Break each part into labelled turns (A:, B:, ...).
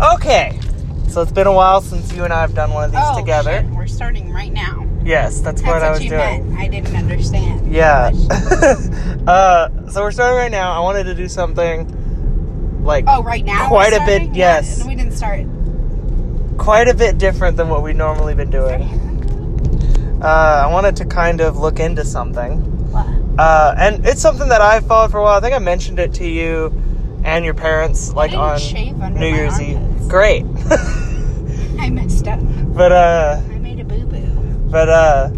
A: Okay. So it's been a while since you and I have done one of these
B: oh,
A: together.
B: shit, we're starting right now.
A: Yes, that's,
B: That's
A: what,
B: what,
A: I was
B: you
A: doing.
B: meant. I didn't understand.
A: Yeah.
B: Gosh.
A: uh, so we're starting right now. I wanted to do something like
B: Oh, right now.
A: Quite
B: we're
A: a bit,
B: starting?
A: yes.
B: We didn't start.
A: quite a bit different than what we've normally been doing. Uh, I wanted to kind of look into something. Uh, and it's something that I've followed for a while. I think I mentioned it to you and your parents like
B: didn't
A: on
B: shave under
A: New
B: my
A: Year's Eve.
B: armpits.
A: Great.
B: I messed up.
A: but uh
B: I made a boo boo.
A: but uh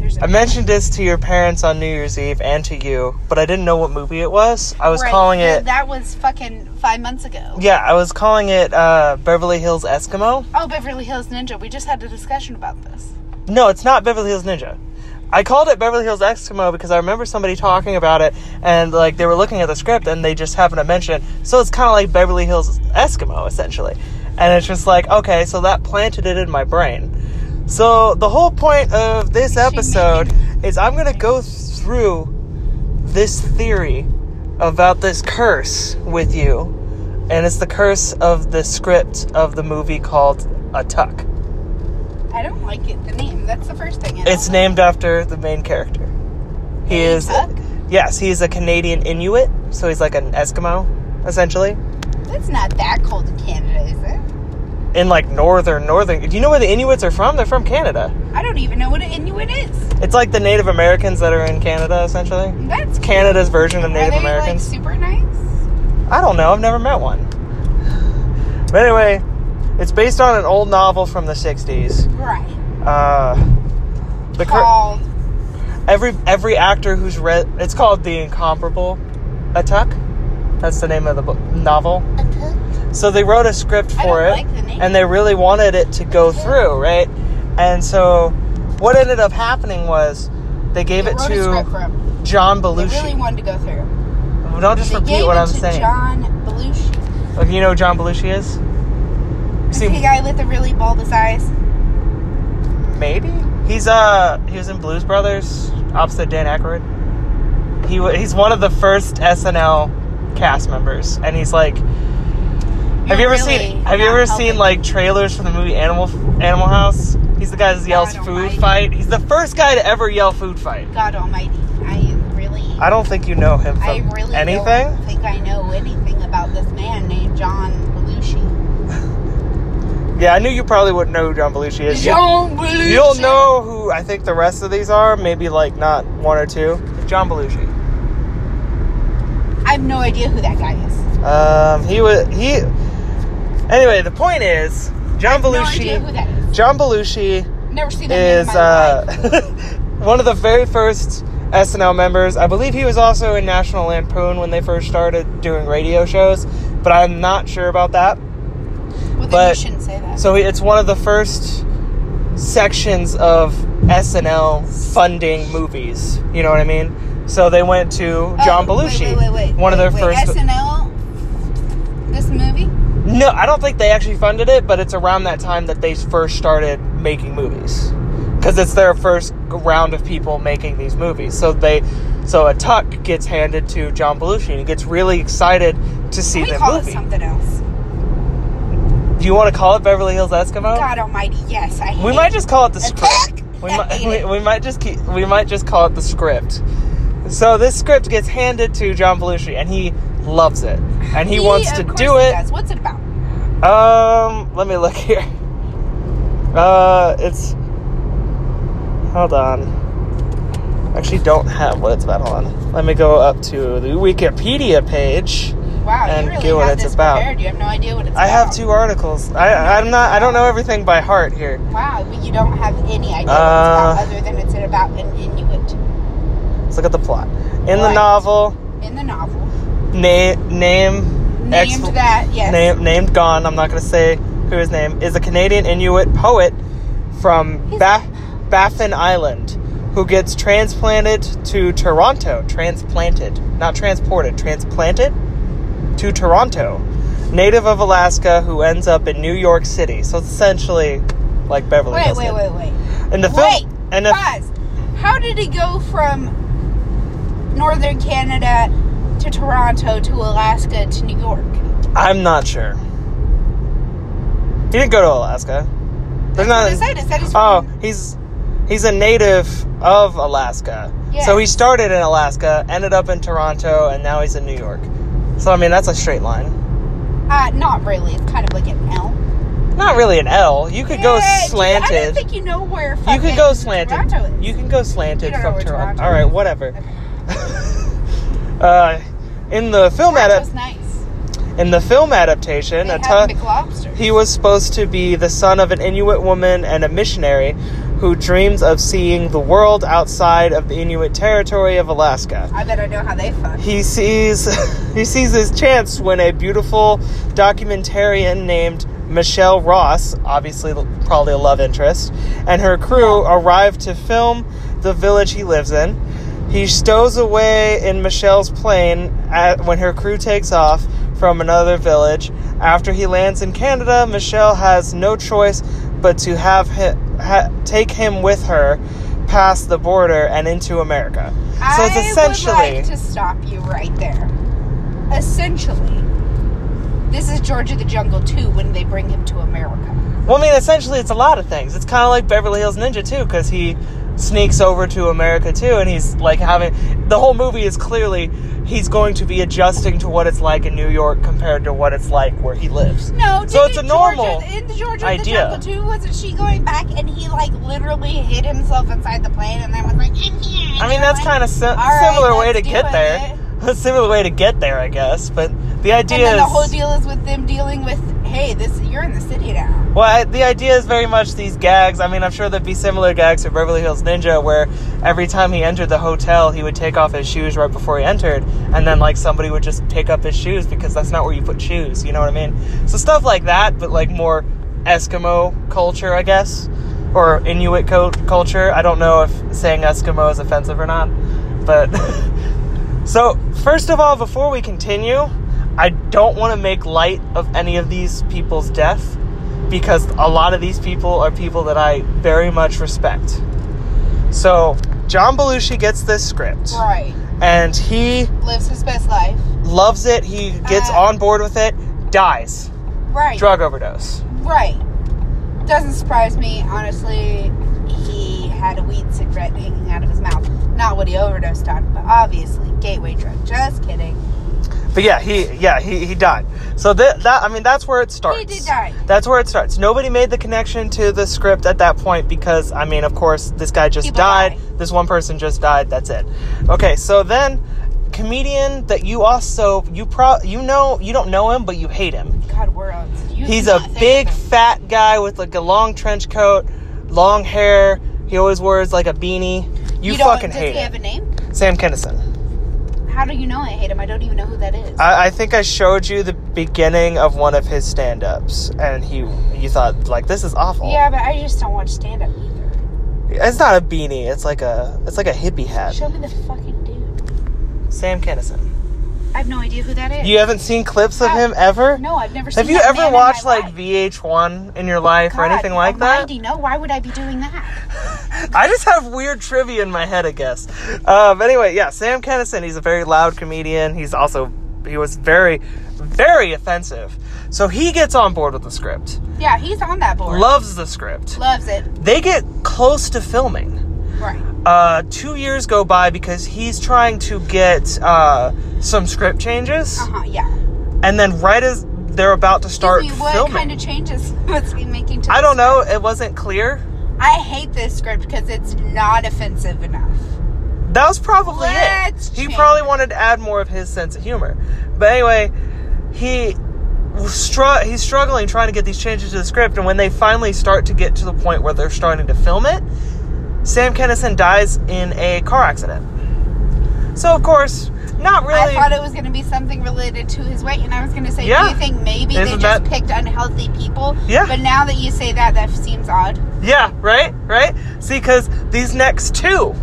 B: There's a
A: I mentioned this to your parents on New Year's Eve and to you, but I didn't know what movie it was. I was
B: Right,
A: calling
B: yeah,
A: it
B: That was fucking five months ago.
A: Yeah, I was calling it uh, Beverly Hills Eskimo.
B: Oh, Beverly Hills Ninja. We just had a discussion about this.
A: No, it's not Beverly Hills Ninja. I called it Beverly Hills Eskimo because I remember somebody talking about it and like they were looking at the script and they just happened to mention it. So it's kind of like Beverly Hills Eskimo essentially. And it's just like, okay, so that planted it in my brain. So the whole point of this
B: Is she
A: episode
B: making-
A: is I'm going to go through this theory about this curse with you. And it's the curse of the script of the movie called A Tuck.
B: I don't like it. The name. That's the first thing. I don't
A: It's
B: like.
A: named after the main character. He is
B: Tuck?
A: yes, he is a Canadian Inuit, so he's like an Eskimo, essentially.
B: It's not that cold in Canada, is it?
A: In like northern northern. Do you know where the Inuits are from? They're from Canada.
B: I don't even know what an Inuit is.
A: It's like the Native Americans that are in Canada, essentially.
B: That's
A: Canada's version of Native
B: Are they
A: Americans.
B: like super nice?
A: I don't know. I've never met one. But anyway, it's based on an old novel from the '60s.
B: Right.
A: Uh, the cur-
B: Called
A: every every actor who's read it's called the incomparable attack that's the name of the book, novel
B: a tuck.
A: so they wrote a script
B: I
A: for
B: don't
A: it
B: like the name.
A: and they really wanted it to go through right and so what ended up happening was they gave
B: They
A: it
B: wrote a script for
A: to
B: him.
A: John
B: They
A: Belushi.
B: really wanted to go through.
A: Don't just
B: They
A: repeat
B: gave
A: what
B: it
A: I'm
B: to
A: saying.
B: John Belushi,
A: Like, you know who John Belushi is?
B: the
A: See,
B: guy with the really bulbous eyes.
A: maybe he's uh he was in Blues Brothers opposite Dan Aykroyd. He wa he's one of the first SNL cast members, and he's like, have you
B: You're
A: ever
B: really
A: seen Have you
B: not
A: ever
B: helping.
A: seen like trailers for the movie Animal Animal House? He's the guy that yells
B: God
A: "food
B: almighty.
A: fight." He's the first guy to ever yell "food fight."
B: God Almighty, I am really.
A: I don't think you know him from
B: I really
A: anything.
B: don't think I know anything about this man named John Belushi.
A: Yeah, I knew you probably wouldn't know who John Belushi is.
B: John Belushi.
A: You'll know who I think the rest of these are. Maybe like not one or two. John Belushi.
B: I have no idea who that guy is.
A: Um, he was he. Anyway, the point is John
B: No idea who
A: Belushi.
B: that is.
A: John Belushi
B: Never seen that man in
A: is
B: my
A: uh,
B: life.
A: one of the very first SNL members. I believe he was also in National Lampoon when they first started doing radio shows, but I'm not sure about that.
B: Well, then you
A: but-
B: shouldn't say that.
A: So it's one of the first sections of SNL funding movies. You know what I mean? So they went to John
B: Oh, wait,
A: Belushi,
B: Wait, wait, wait.
A: one of
B: Wait,
A: their
B: wait,
A: first.
B: SNL. This movie.
A: No, I don't think they actually funded it, but it's around that time that they first started making movies. Because it's their first round of people making these movies. So they, so a tuck gets handed to John Belushi, and he gets really excited to see
B: Can we
A: the
B: call it
A: movie.
B: something else?
A: Do you want to call it Beverly Hills Eskimo?
B: God Almighty, yes, I. Hate
A: We might just call it the
B: Attack!
A: script. We
B: I
A: might,
B: hate
A: we,
B: it.
A: we might just keep, we might just call it the script. So this script gets handed to John Belushi, and he loves it, and he, wants
B: of
A: to
B: course
A: do
B: he
A: it.
B: Does. What's it about?
A: Um, let me look here. Uh, it's. Hold on. Actually, don't have what it's about. Hold on. Let me go up to the Wikipedia page.
B: Wow,
A: and
B: you really
A: get what
B: have
A: it's
B: this
A: about.
B: prepared. You have no idea what it's about.
A: I have two articles. I I'm not. I don't know everything by heart here.
B: Wow, but you don't have any idea
A: Uh,
B: what it's about other than it's about an Inuit
A: Let's look at the plot. In the
B: Right.
A: novel,
B: in the novel.
A: na- name
B: Named
A: expl-
B: that, yes.
A: name named Gon. I'm not gonna say who his name is. A Canadian Inuit poet from
B: He's-
A: ba- Baffin Island, who gets transplanted to Toronto. Transplanted, not transported. Transplanted to Toronto. Native of Alaska, who ends up in New York City. So it's essentially like Beverly
B: Wait,
A: Hills.
B: wait, wait, wait.
A: And the
B: Wait,
A: film. And the,
B: pause. How did he go from northern Canada to Toronto to Alaska to New York?
A: I'm not sure. He didn't go to Alaska. There's
B: That's what it said. It said he's
A: Oh,
B: from-
A: he's he's a native of Alaska.
B: Yeah.
A: So he started in Alaska, ended up in Toronto, and now he's in New York. So I mean, that's a straight line.
B: Uh, not really. It's kind of like an L.
A: Not really an L. You could go
B: Yeah, dude, I don't
A: slanted.
B: think you know where.
A: You
B: fucking
A: could go slanted.
B: Toronto is.
A: You can go slanted
B: You don't know
A: from
B: where
A: Toronto.
B: Toronto
A: All right,
B: is.
A: whatever.
B: Okay.
A: Uh, in the film
B: Toronto's
A: adap-
B: nice.
A: in the film adaptation,
B: They
A: a ton.
B: have McLobsters.
A: He was supposed to be the son of an Inuit woman and a missionary who dreams of seeing the world outside of the Inuit territory of Alaska.
B: I bet I know how they fuck.
A: He sees he sees his chance when a beautiful documentarian named Michelle Ross, obviously probably a love interest, and her crew arrive to film the village he lives in. He stows away in Michelle's plane at, when her crew takes off from another village. After he lands in Canada, Michelle has no choice but to have hi ha, take him with her past the border and into America. So it's essentially
B: I would like to stop you right there. Essentially, this is George of the Jungle 2 when they bring him to America.
A: Well, I mean, essentially, it's a lot of things. It's kind of like Beverly Hills Ninja too, because he sneaks over to America too, and he's like having the whole movie is clearly he's going to be adjusting to what it's like in New York compared to what it's like where he lives.
B: No,
A: So
B: didn't
A: it's a
B: George of-
A: normal
B: in the George of
A: idea.
B: the Jungle 2 wasn't she going back and he like literally hid himself inside the plane and then was like, I'm here.
A: I mean, that's kind of si- similar way to get there. A similar way to get there, I guess. But the
B: And
A: idea
B: then
A: is
B: the whole deal is with them dealing with, hey, this you're in the city now.
A: Well, I, the idea is very much these gags. I mean, I'm sure there'd be similar gags for Beverly Hills Ninja, where every time he entered the hotel, he would take off his shoes right before he entered, and then like somebody would just pick up his shoes because that's not where you put shoes. You know what I mean? So stuff like that, but like more Eskimo culture, I guess, or Inuit co- culture. I don't know if saying Eskimo is offensive or not, but so first of all, before we continue, I don't want to make light of any of these people's death because a lot of these people are people that I very much respect. So, John Belushi gets this script
B: Right.
A: and he
B: Lives his best life.
A: loves it. He gets
B: Uh,
A: on board with it, dies.
B: Right.
A: Drug overdose.
B: Right. Doesn't surprise me, honestly. He had a weed cigarette hanging out of his mouth. Not what he overdosed on, but obviously gateway drug. Just kidding.
A: But yeah, he yeah, he, he died. So that that I mean that's where it starts.
B: did die.
A: That's where it starts. Nobody made the connection to the script at that point because I mean, of course, this guy just
B: People
A: died.
B: die.
A: This one person just died. That's it. Okay, so then comedian that you also you pro you know you don't know him but you hate him.
B: God, we're on. You do
A: He's a
B: not think
A: big
B: of him.
A: fat guy with like a long trench coat, long hair. He always wears like a beanie. You,
B: don't,
A: fucking
B: does
A: hate
B: he have a
A: him.
B: name?
A: Sam Kinison.
B: How do you know I hate him? I don't even know who that is.
A: I, I think I showed you the beginning of one of his stand-ups, and he you thought like this is awful.
B: yeah, but I just don't watch stand up either.
A: It's not a beanie. It's like a it's like a hippie hat.
B: Show me the fucking dude.
A: Sam Kinison.
B: I have no idea who that is.
A: You haven't seen clips of
B: I-
A: him ever?
B: No, I've never seen
A: Have you
B: that man
A: ever
B: in my
A: watched like
B: life.
A: VH1 in your life or
B: God
A: anything like that?
B: almighty, No, why would I be doing that?
A: I just have weird trivia in my head, I guess. Um, anyway, yeah, Sam Kennison, he's a very loud comedian. He's also, he was very, very offensive. So he gets on board with the script,
B: Yeah, he's on that board.
A: loves the script.
B: Loves it.
A: They get close to filming.
B: Right.
A: Uh, two years go by because he's trying to get uh, some script changes.
B: Uh huh, yeah.
A: And then right as they're about to start
B: Excuse me, what
A: filming,
B: kind of changes was he making to
A: I
B: the
A: don't know,
B: script?
A: it wasn't clear.
B: I hate this script because it's not offensive enough.
A: That was probably
B: Let's
A: it. He
B: change
A: probably
B: it.
A: wanted to add more of his sense of humor. But anyway, he str- he's struggling trying to get these changes to the script, and when they finally start to get to the point where they're starting to film it, Sam Kennison dies in a car accident. So of course, not
B: I
A: really.
B: thought it was going to be something related to his weight, and I was going to say,
A: Yeah.
B: do you think maybe they
A: Isn't
B: just
A: that-
B: picked unhealthy people?
A: Yeah.
B: But now that you say that, that seems odd.
A: yeah, right, right. See, because these next two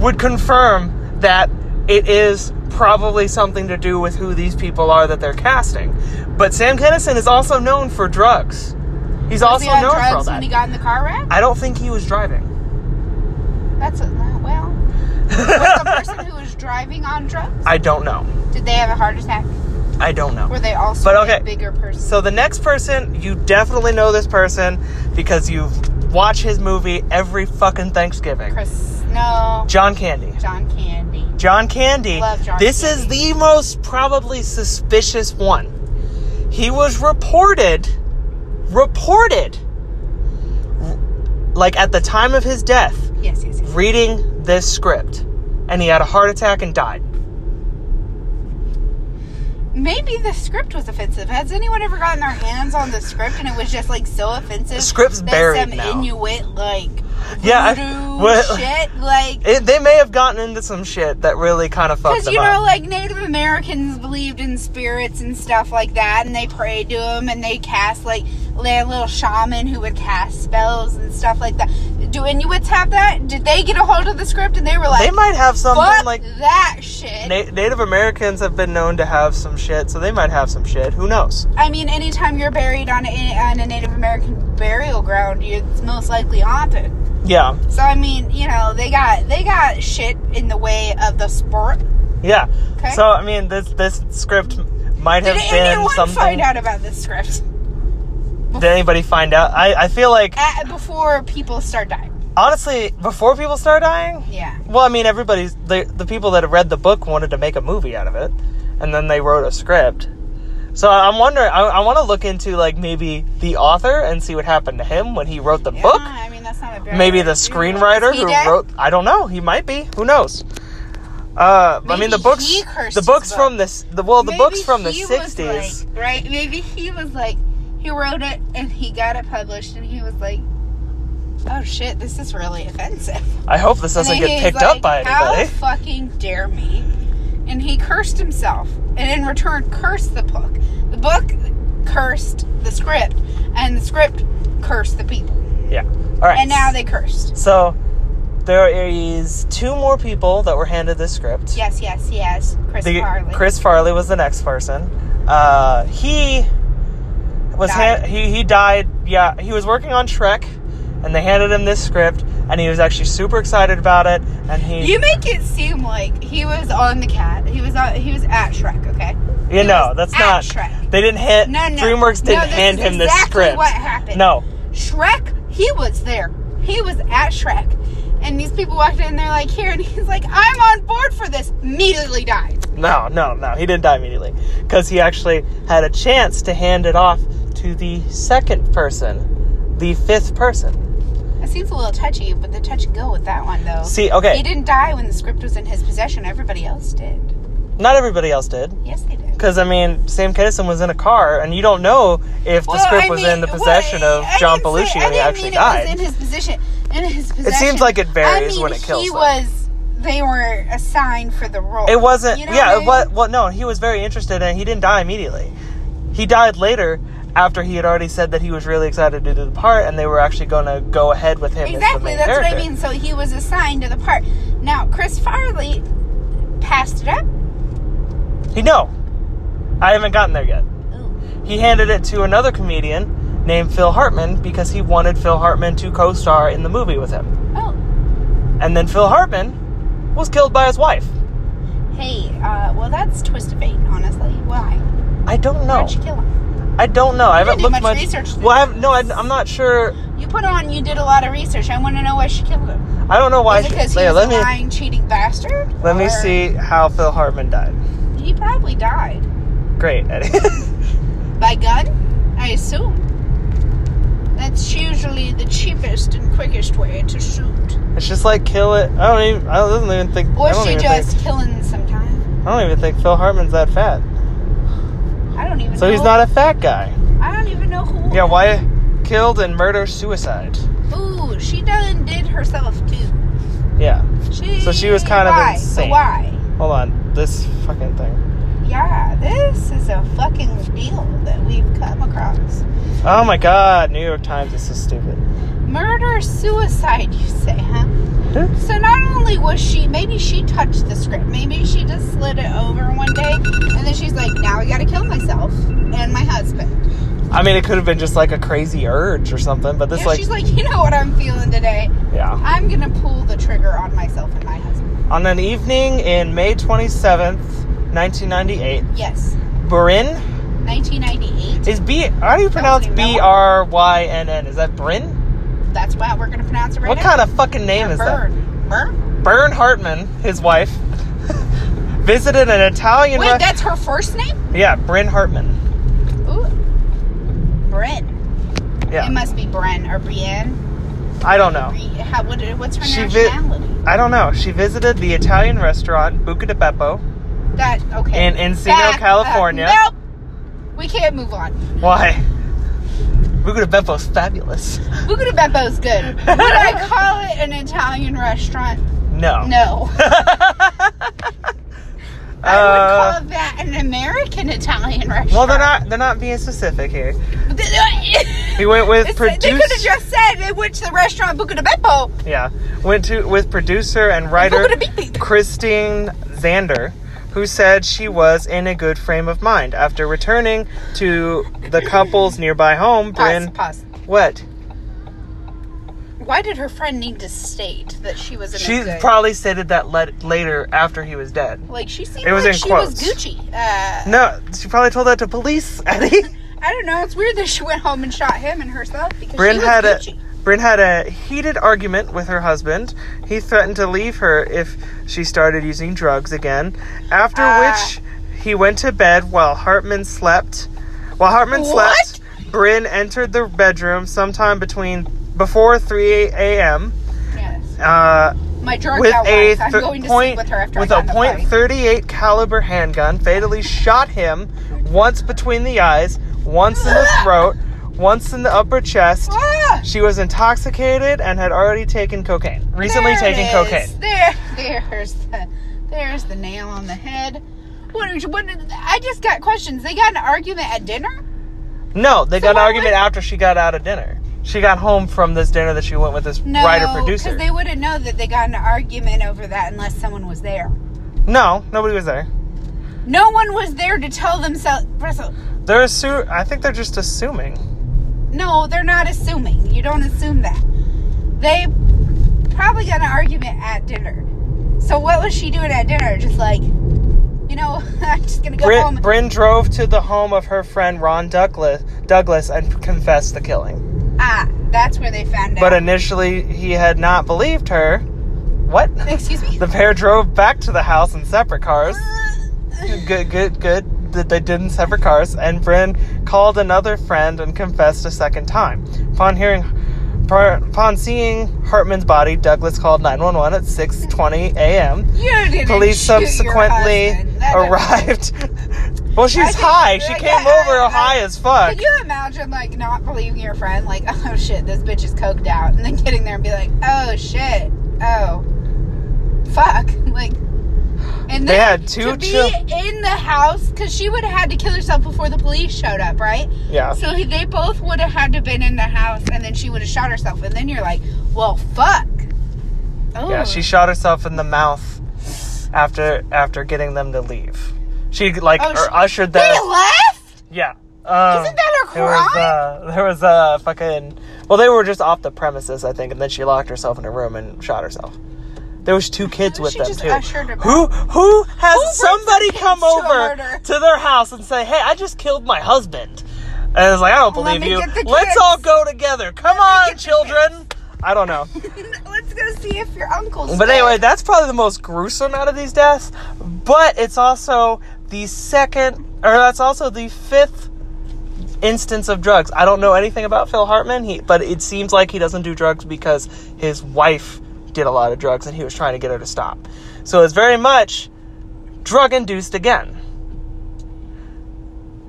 A: would confirm that it is probably something to do with who these people are that they're casting. But Sam Kennison is also known for drugs. He's
B: Was
A: also
B: he on
A: known for all
B: drugs
A: that.
B: when he got in the car wreck?
A: I don't think he was driving.
B: That's a, uh, well. Was the person who was driving on drugs?
A: I don't know.
B: Did they have a heart attack?
A: I don't know.
B: Were they also
A: But
B: a
A: okay.
B: bigger person?
A: So the next person, you definitely know this person because you watch his movie every fucking Thanksgiving.
B: Chris, no,
A: John Candy.
B: John Candy.
A: John Candy.
B: Love John
A: this
B: Candy.
A: is the most probably suspicious one. He was reported, reported, r- like at the time of his death,
B: Yes, yes, yes.
A: reading this script, and he had a heart attack and died.
B: Maybe the script was offensive. Has anyone ever gotten their hands on the script and it was just like so offensive?
A: The script's
B: that
A: buried
B: some
A: now.
B: Inuit like
A: Yeah, I-
B: voodoo
A: what-
B: shit like
A: It, they may have gotten into some shit that really kind of fucked
B: because
A: them
B: you
A: up.
B: know like Native Americans believed in spirits and stuff like that and they prayed to them and they cast like they had a little shaman who would cast spells and stuff like that. Do Inuits have that? Did they get a hold of the script and they were like,
A: they might have something
B: "Fuck
A: like
B: that shit"?
A: Na- Native Americans have been known to have some shit, so they might have some shit. Who knows?
B: I mean, anytime you're buried on a, on a Native American burial ground, you, it's most likely haunted.
A: Yeah,
B: So I mean, you know, they got they got shit in the way of the sport.
A: yeah.
B: Okay.
A: So I mean, this this script might have
B: Did
A: been
B: anyone
A: something.
B: find out about this script
A: Did anybody find out? I I feel like
B: uh, before people start dying?
A: honestly, before people start dying.
B: Yeah.
A: Well, I mean, everybody's the the people that have read the book wanted to make a movie out of it, and then they wrote a script. So I'm wondering. I, I want to look into like maybe the author and see what happened to him when he wrote the
B: Yeah,
A: book.
B: I mean, that's not a burial
A: maybe the
B: ground. Is he
A: screenwriter who
B: dead?
A: wrote i don't know he might be who knows uh, i
B: Maybe
A: mean the books
B: he cursed
A: the
B: his
A: books
B: book.
A: from this the well the
B: Maybe
A: books from the
B: he was
A: 60s
B: like- right? Maybe he was like, he wrote it and he got it published, and he was like, "Oh shit, this is really offensive."
A: i hope this doesn't
B: And then
A: get
B: he's
A: picked up by
B: like, How
A: anybody
B: fucking dare me? And he cursed himself, and in return cursed the book. The book cursed the script, and the script cursed the people.
A: yeah all right
B: And now they cursed.
A: so there is two more people that were handed this script
B: Yes, yes, yes. Chris
A: The-
B: Farley.
A: Chris Farley was the next person. Uh, he was
B: Died.
A: han- he he died. Yeah, he was working on Trek, and they handed him this script, and he was actually super excited about it. And he,
B: You make it seem like he was on the cat. He was on. He was at Shrek. Okay.
A: You
B: He
A: know,
B: was
A: that's
B: at
A: not.
B: Shrek.
A: They didn't hand.
B: No, no.
A: DreamWorks
B: No,
A: didn't
B: this
A: hand
B: is
A: him this
B: exactly
A: script.
B: what happened.
A: No,
B: Shrek, he was there. He was at Shrek. And these people walked in, they're like, here. And he's like, I'm on board for this. Immediately died.
A: no, no, no. He didn't die immediately because he actually had a chance to hand it off to the second person, the fifth person.
B: That seems a little touchy, but the touch and go with that one, though.
A: See, okay,
B: He didn't die when the script was in his possession. Everybody else did.
A: not everybody else did.
B: Yes, they did.
A: Because I mean, Sam Kinison was in a car, and you don't know if the
B: Well,
A: script
B: I
A: was
B: mean,
A: in the
B: well,
A: possession
B: I
A: of John
B: didn't
A: Belushi
B: say- I
A: when he
B: didn't
A: actually
B: mean
A: died.
B: It was in his position. In his possession.
A: seems like it varies
B: I mean,
A: when it kills
B: He
A: them.
B: was. They were assigned for the role.
A: it wasn't.
B: You know
A: yeah.
B: what I
A: It was. Well, no, he was very interested, and he didn't die immediately. He died later after he had already said that he was really excited to do the part, and they were actually going to go ahead with him. as the
B: Exactly,
A: main
B: that's what I
A: character.
B: mean. So he was assigned to the part. Now Chris Farley passed it up.
A: He no, I haven't gotten there yet.
B: Ooh.
A: He handed it to another comedian named Phil Hartman because he wanted Phil Hartman to co-star in the movie with him,
B: Oh,
A: and then Phil Hartman was killed by his wife.
B: hey. Uh, well, that's twist of fate, honestly. Why?
A: I don't know.
B: Why'd you kill him?
A: I don't know. I haven't
B: do
A: looked
B: much
A: much.
B: research
A: well, I have,
B: then.
A: no, I, am not sure.
B: You put on. You did a lot of research. I want to know why she killed him.
A: I don't know why.
B: Was it
A: she-
B: because he
A: Leah,
B: was
A: let
B: a
A: me
B: lying, cheating bastard?
A: let me
B: Or-
A: see how Phil Hartman died.
B: He probably died
A: Great, Eddie.
B: by gun. I assume. That's usually the cheapest and quickest way to shoot.
A: it's just like kill it. I don't even. I don't even think. I
B: Or
A: don't
B: she
A: even
B: just
A: Think,
B: killing sometime.
A: I don't even think Phil Hartman's that fat.
B: I don't even.
A: So
B: know.
A: he's not a fat guy.
B: I don't even know who.
A: Yeah. Why killed and murder suicide?
B: Ooh, she done did herself too.
A: Yeah.
B: She,
A: So she was kind of
B: why?
A: insane.
B: Why?
A: Hold on. This fucking thing.
B: Yeah, this is a fucking deal that we've come across.
A: Oh my God. New York Times. This is stupid.
B: Murder, suicide, you say, huh?
A: Huh?
B: So not only was she, maybe she touched the script. Maybe she just slid it over one day, and then she's like, "Now I gotta kill myself and my husband."
A: I mean, it could have been just like a crazy urge or something, but this
B: Yeah,
A: like, Uh-huh.
B: she's like, "You know what I'm feeling today?
A: yeah.
B: I'm gonna pull the trigger on myself and my husband."
A: On an evening in May 27th, 1998,
B: Yes.
A: Bryn?
B: 1998.
A: Is B? How do you pronounce
B: even know.
A: B R Y N N? Is that Bryn?
B: That's what we're gonna pronounce it right
A: What
B: now.
A: kind of fucking name is that?
B: Burn. Burn?
A: Bern Hartman, his wife, visited an Italian.
B: Wait,
A: re-
B: that's her first name?
A: yeah, Bryn Hartman.
B: Ooh. Bryn.
A: Yeah,
B: It must be Bren or Brienne.
A: I don't know.
B: Bri- how, what, what's her
A: She vi-
B: nationality?
A: I don't know. She visited the Italian restaurant Buca di Beppo.
B: that, okay.
A: In Encino,
B: Back up.
A: California.
B: Nope. We can't move on.
A: Why? Buca di Beppo's fabulous.
B: Buca di Beppo's good. Would I call it an Italian restaurant?
A: No.
B: No. I would
A: Uh,
B: call that an American Italian restaurant.
A: well, they're not. They're not being specific here. He
B: They
A: went with
B: could have
A: producer.
B: just said they went to the restaurant Buca di Beppo.
A: Yeah, went to with producer and writer.
B: Buca di Beppo.
A: Christine Zander, who said she was in a good frame of mind after returning to the couple's nearby home.
B: Pause,
A: Bryn,
B: pause.
A: what?
B: Why did her friend need to state that she was in
A: She
B: a good?
A: probably stated that le- later after he was dead.
B: like she seemed
A: It was
B: like
A: in
B: she was
A: quotes.
B: Gucci. Uh,
A: No, she probably told that to police. Eddie.
B: I don't know. It's weird that she went home and shot him and herself because
A: Bryn
B: she was
A: had
B: Gucci.
A: a Bryn had a heated argument with her husband. He threatened to leave her if she started using drugs again. After
B: Ah.
A: which he went to bed while Hartman slept. While Hartman
B: What?
A: slept, Bryn entered the bedroom sometime between before 3 a.m.
B: yes.
A: Uh,
B: My drugged
A: with
B: out
A: a
B: wife. I'm
A: thir-
B: going to
A: point
B: sleep with her after
A: with a
B: I got in the
A: point
B: fight.
A: .38 caliber handgun, fatally shot him once between the eyes, once in the throat, once in the upper chest.
B: Ah,
A: She was intoxicated and had already taken cocaine. Recently
B: there it
A: taken
B: is.
A: cocaine.
B: There, there's the, there's the nail on the head. What, what? I just got questions. They got in an argument at dinner.
A: No, they
B: So
A: got an
B: why
A: argument
B: would-
A: after she got out of dinner. She got home from this dinner that she went with this
B: No,
A: writer producer.
B: they wouldn't know that they got in an argument over that unless someone was there.
A: No, nobody was there.
B: No one was there to tell themselves. Russell,
A: They're assu- I think they're just assuming.
B: no, they're not assuming. You don't assume that. They probably got in an argument at dinner. So what was she doing at dinner? Just like, you know, I'm just gonna go home.
A: Bryn, Bryn drove to the home of her friend Ron Douglas, Douglas and confessed the killing.
B: ah, that's where they found
A: But
B: out.
A: initially, he had not believed her. What?
B: Excuse me.
A: The pair drove back to the house in separate cars. good, good, good that they didn't separate cars. And Bryn called another friend and confessed a second time. Upon hearing, upon seeing Hartman's body, Douglas called 911 at 6:20 a.m.
B: you didn't
A: Police
B: shoot your
A: subsequently
B: husband. That doesn't-
A: arrived. well, she's
B: think-
A: high. She
B: yeah,
A: came
B: yeah,
A: over
B: I-
A: high as fuck.
B: Could you imagine like not believing your friend, like, oh shit, this bitch is coked out, and then getting there and be like, oh shit, oh fuck, like, and then
A: They had two
B: to be
A: chil-
B: in the house because she would have had to kill herself before the police showed up, right?
A: Yeah.
B: So he- they both would have had to been in the house, and then she would have shot herself, and then you're like, well, fuck. Oh,
A: Yeah, she shot herself in the mouth after after getting them to leave. She like
B: Oh,
A: er,
B: she-
A: ushered
B: They
A: them.
B: left.
A: Yeah. Um,
B: Isn't that a
A: There was,
B: crime?
A: uh, there was a fucking. Well, they were just off the premises, I think, and then she locked herself in a room and shot herself. There was two kids
B: Why
A: with
B: she
A: them
B: just
A: too.
B: ushered her back?
A: who who has
B: brings
A: somebody
B: the kids
A: come
B: to a
A: over
B: murder?
A: to their house and say, "Hey, I just killed my husband," and it's like, "I don't
B: Let
A: believe
B: me
A: you.
B: get the
A: Let's
B: kids."
A: all go together. Come
B: Let me
A: on,
B: get the
A: children." I don't know.
B: Let's go see if your uncle's.
A: But
B: dead.
A: anyway, that's probably the most gruesome out of these deaths. But it's also the second, or that's also the fifth instance of drugs. I don't know anything about Phil Hartman, he, but it seems like he doesn't do drugs because his wife did a lot of drugs and he was trying to get her to stop. So it's very much drug induced again.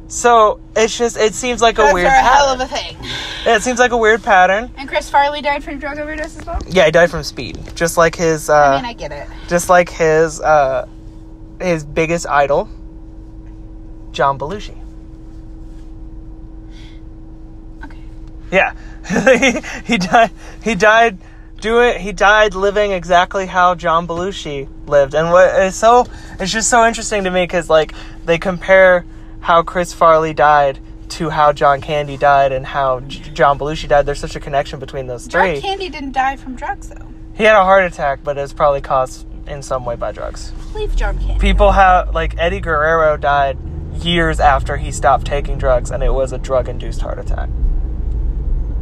A: So it's just, it seems like a
B: That's
A: weird
B: a hell of
A: pattern.
B: a thing.
A: it seems like a weird pattern.
B: And Chris Farley died from drug overdose as well.
A: Yeah, he died from speed, just like his. Uh,
B: I mean, I get it.
A: just like his uh his biggest idol john belushi
B: Okay.
A: yeah he, he died he died doing he died living exactly how john belushi lived and what is so it's just so interesting to me because like they compare how chris farley died to how john candy died and how J- john belushi died there's such a connection between those
B: Drug
A: three
B: Candy didn't die from drugs though.
A: he had a heart attack but it was probably caused in some way by drugs
B: Leave John Candy.
A: people have like Eddie Guerrero died years after he stopped taking drugs, and it was a drug induced heart attack.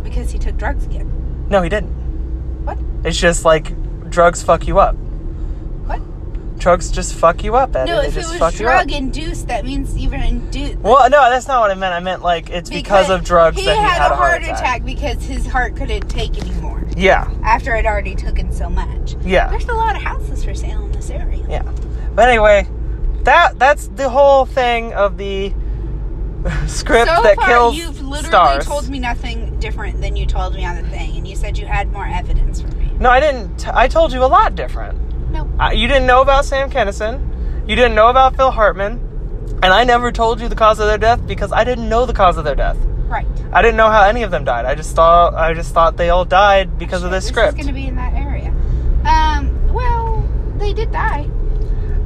B: because he took drugs again.
A: No, he didn't.
B: What?
A: It's just like drugs fuck you up.
B: What?
A: Drugs just fuck you up, Eddie.
B: No,
A: They
B: if it
A: just
B: was
A: fuck you up.
B: drug induced, that means even induced.
A: Well, no, that's not what I meant. I meant like it's because, of drugs
B: he
A: that he
B: had a heart
A: attack.
B: attack. because his heart couldn't take anymore
A: Yeah,
B: after it already took in so much.
A: yeah,
B: There's a lot of houses for sale in this area.
A: yeah. But anyway, that that's the whole thing of the script
B: so
A: that
B: far,
A: kills
B: you've literally
A: stars.
B: told me nothing different than you told me on the thing, and you said you had more evidence for me.
A: No, I didn't. T- I told you a lot different.
B: No,
A: I, you didn't know about Sam Kennison. You didn't know about Phil Hartman. And I never told you the cause of their death because I didn't know the cause of their death.
B: right.
A: I didn't know how any of them died. I just thought I just thought they all died because of
B: Shit,
A: this script.
B: is going to be in that area. Um, well, they did die.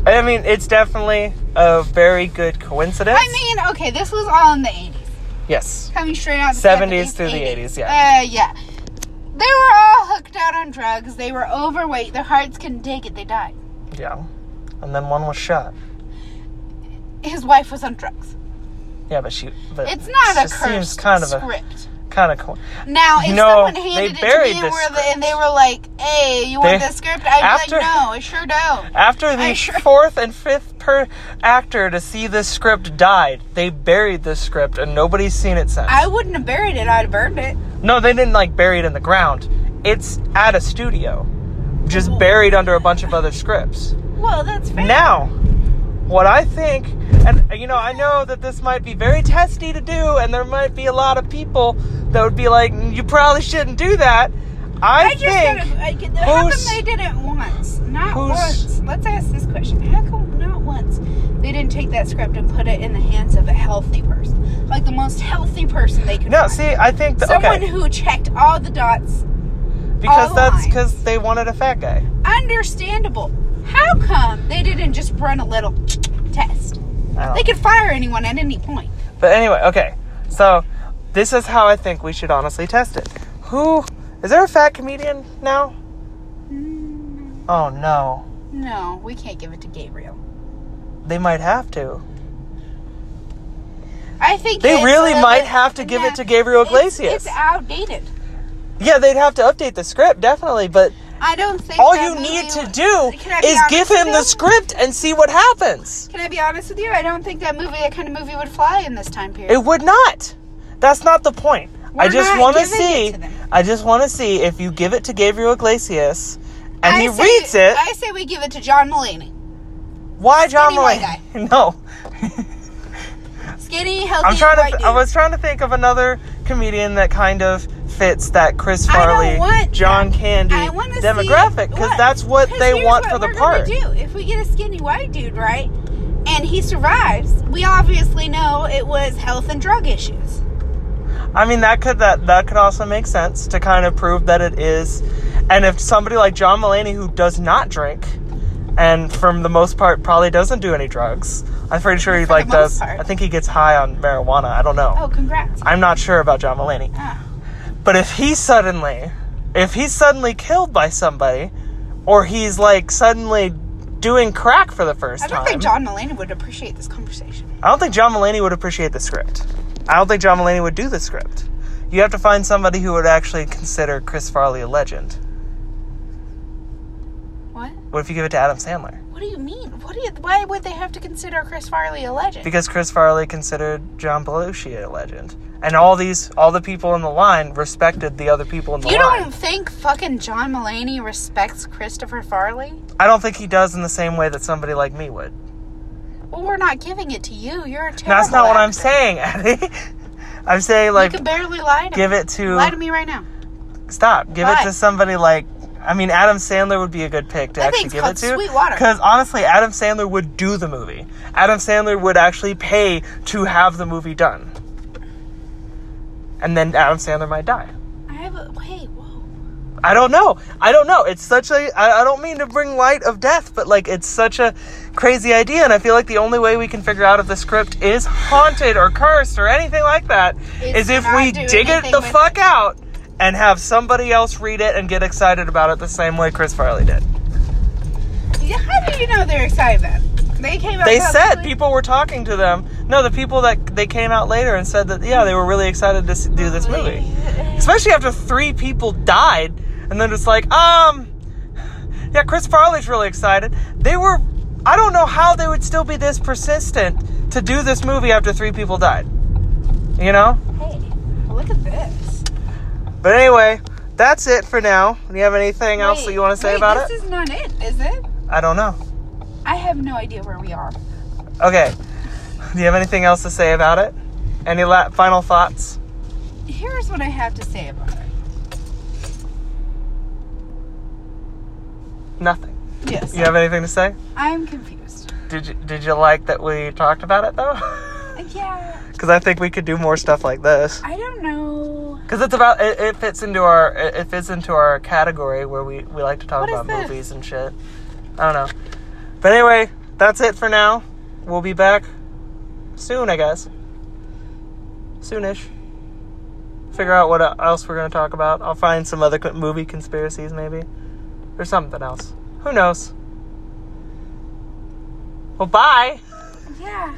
A: I mean, it's definitely a very good coincidence.
B: I mean, okay, this was all in the 80s.
A: yes.
B: coming straight out of the
A: 70s through the 80s, yeah.
B: Uh, yeah. They were all hooked out on drugs. They were overweight. Their hearts couldn't take it. They died.
A: Yeah. And then one was shot.
B: His wife was on drugs.
A: Yeah, but she. But
B: It's not
A: it
B: a
A: just
B: cursed
A: Seems kind of a
B: script.
A: kind of cool.
B: Now, if
A: No,
B: someone handed
A: they
B: it
A: buried
B: to me
A: this
B: and, were the,
A: script.
B: and they were like, "Hey, you want
A: They-
B: this script?" I'd be
A: after-
B: like, "No, I sure don't."
A: After the
B: I sure-
A: fourth and fifth per actor to see this script died, they buried this script and nobody's seen it since.
B: I wouldn't have buried it. I'd have burned it.
A: No, they didn't like bury it in the ground. It's at a studio, just buried under a bunch of other scripts.
B: Well, that's fair.
A: Now, what I think, and you know, I know that this might be very testy to do, and there might be a lot of people that would be like, "Mm, you probably shouldn't do that. I,
B: I just
A: think.
B: gotta, I, get- how come
A: who's-
B: they did it once? Not
A: who's-
B: once. Let's ask this question. How come not once they didn't take that script and put it in the hands of a healthy person? Like the most healthy person they could
A: no,
B: find.
A: see, I think the,
B: Someone
A: okay
B: who checked all the dots.
A: because that's
B: online.
A: because they wanted a fat guy.
B: Understandable. How come they didn't just run a little test?
A: I don't
B: They could fire anyone at any point.
A: But anyway, okay. So this is how I think we should honestly test it. Who is there a fat comedian now? Oh no.
B: Mm, No, we can't give it to Gabriel.
A: They might have to.
B: I think
A: They
B: it's
A: really
B: a
A: might
B: little-
A: have to give it
B: no,
A: to Gabriel
B: it's-
A: Iglesias.
B: It's, outdated.
A: Yeah, they'd have to update the script definitely, but
B: I don't think
A: all
B: that
A: you need
B: movie-
A: to do
B: Can I be
A: is give
B: honest with
A: him the
B: you?
A: script and see what happens.
B: Can I be honest with you? I don't think that movie, that kind of movie, would fly in this time period.
A: It would not. That's not the point. I
B: We're
A: just
B: not
A: want to
B: giving it
A: see.
B: to them.
A: I just want to see if you give it to Gabriel Iglesias and
B: I
A: he
B: say-
A: reads it.
B: I say we give it to John Mulaney.
A: why John
B: skinny white
A: Mulaney? No.
B: Skinny, healthy,
A: I'm trying to.
B: white
A: Th-
B: dude.
A: I was trying to think of another comedian that kind of fits that Chris
B: I don't
A: Farley,
B: want
A: John
B: that.
A: Candy
B: I wanna see
A: demographic because
B: what-
A: that's what
B: 'cause
A: they
B: here's
A: want
B: what
A: for the
B: we're gonna
A: part.
B: Do if we get a skinny white dude, right? And he survives. We obviously know it was health and drug issues.
A: I mean, that could that that could also make sense to kind of prove that it is. And if somebody like John Mulaney, who does not drink, and from the most part probably doesn't do any drugs, I'm pretty sure he
B: For the
A: like
B: most
A: does.
B: part.
A: I think he gets high on marijuana. I don't know.
B: Oh, congrats!
A: I'm not sure about John Mulaney.
B: Ah.
A: But if he suddenly, if he's suddenly killed by somebody, or he's like suddenly doing crack for the first
B: I don't
A: time,
B: think John Mulaney would appreciate this conversation.
A: I don't think John Mulaney would appreciate the script. I don't think John Mulaney would do the script. You have to find somebody who would actually consider Chris Farley a legend.
B: What?
A: What if you give it to Adam Sandler?
B: What do you mean? What do you? Why would they have to consider Chris Farley a legend?
A: Because Chris Farley considered John Belushi a legend, and all these, all the people in the line respected the other people in the
B: You
A: line.
B: don't think fucking John Mulaney respects Christopher Farley?
A: I don't think he does in the same way that somebody like me would.
B: Well, we're not giving it to you. You're a terrible.
A: That's not what I'm
B: actor.
A: saying, Eddie. I'm saying
B: You
A: like
B: can barely lie to
A: give
B: me.
A: it to
B: lie to me right now.
A: stop. Give
B: Why?
A: it to somebody like I mean Adam Sandler would be a good pick to
B: That
A: actually
B: thing's
A: give
B: called
A: it to.
B: Sweetwater.
A: Because honestly, Adam Sandler would do the movie. Adam Sandler would actually pay to have the movie done. And then Adam Sandler might die.
B: I have a wait. Whoa.
A: I don't know. I don't know. It's such a. I, I don't mean to bring light of death, but like it's such a crazy idea, and I feel like the only way we can figure out if the script is haunted or cursed or anything like that is
B: It's
A: if
B: not
A: we
B: doing
A: dig it
B: anything
A: the
B: with
A: fuck out and have somebody else read it and get excited about it the same way Chris Farley did.
B: Yeah, How did you know they're excited about it? They came out.
A: They said
B: publicly-
A: people were talking to them. No, the people that they came out later and said that yeah, they were really excited to s- do this movie, especially after three people died, and then it's like um, yeah, Chris Farley's really excited. They were, I don't know how they would still be this persistent to do this movie after three people died. You know.
B: Hey, look at this.
A: But anyway, that's it for now. Do you have anything else that
B: Wait,
A: you want to say
B: wait,
A: about it?
B: This is not it, is it?
A: I don't know.
B: I have no idea where we are.
A: Okay. Do you have anything else to say about it? Any la- final thoughts?
B: Here's what I have to say about it.
A: Nothing.
B: Yes.
A: You have anything to say?
B: I'm confused.
A: Did you Did you like that we talked about it though?
B: Yeah.
A: Because I think we could do more stuff like this.
B: I don't know.
A: Because it's about it, it fits into our it it fits into our category where we we like to talk
B: What is
A: about
B: this?
A: movies and shit. I don't know. But anyway, that's it for now. We'll be back soon, I guess. Soonish. Figure out what else we're gonna talk about. I'll find some other co- movie conspiracies maybe, or something else. Who knows? Well, bye.
B: Yeah.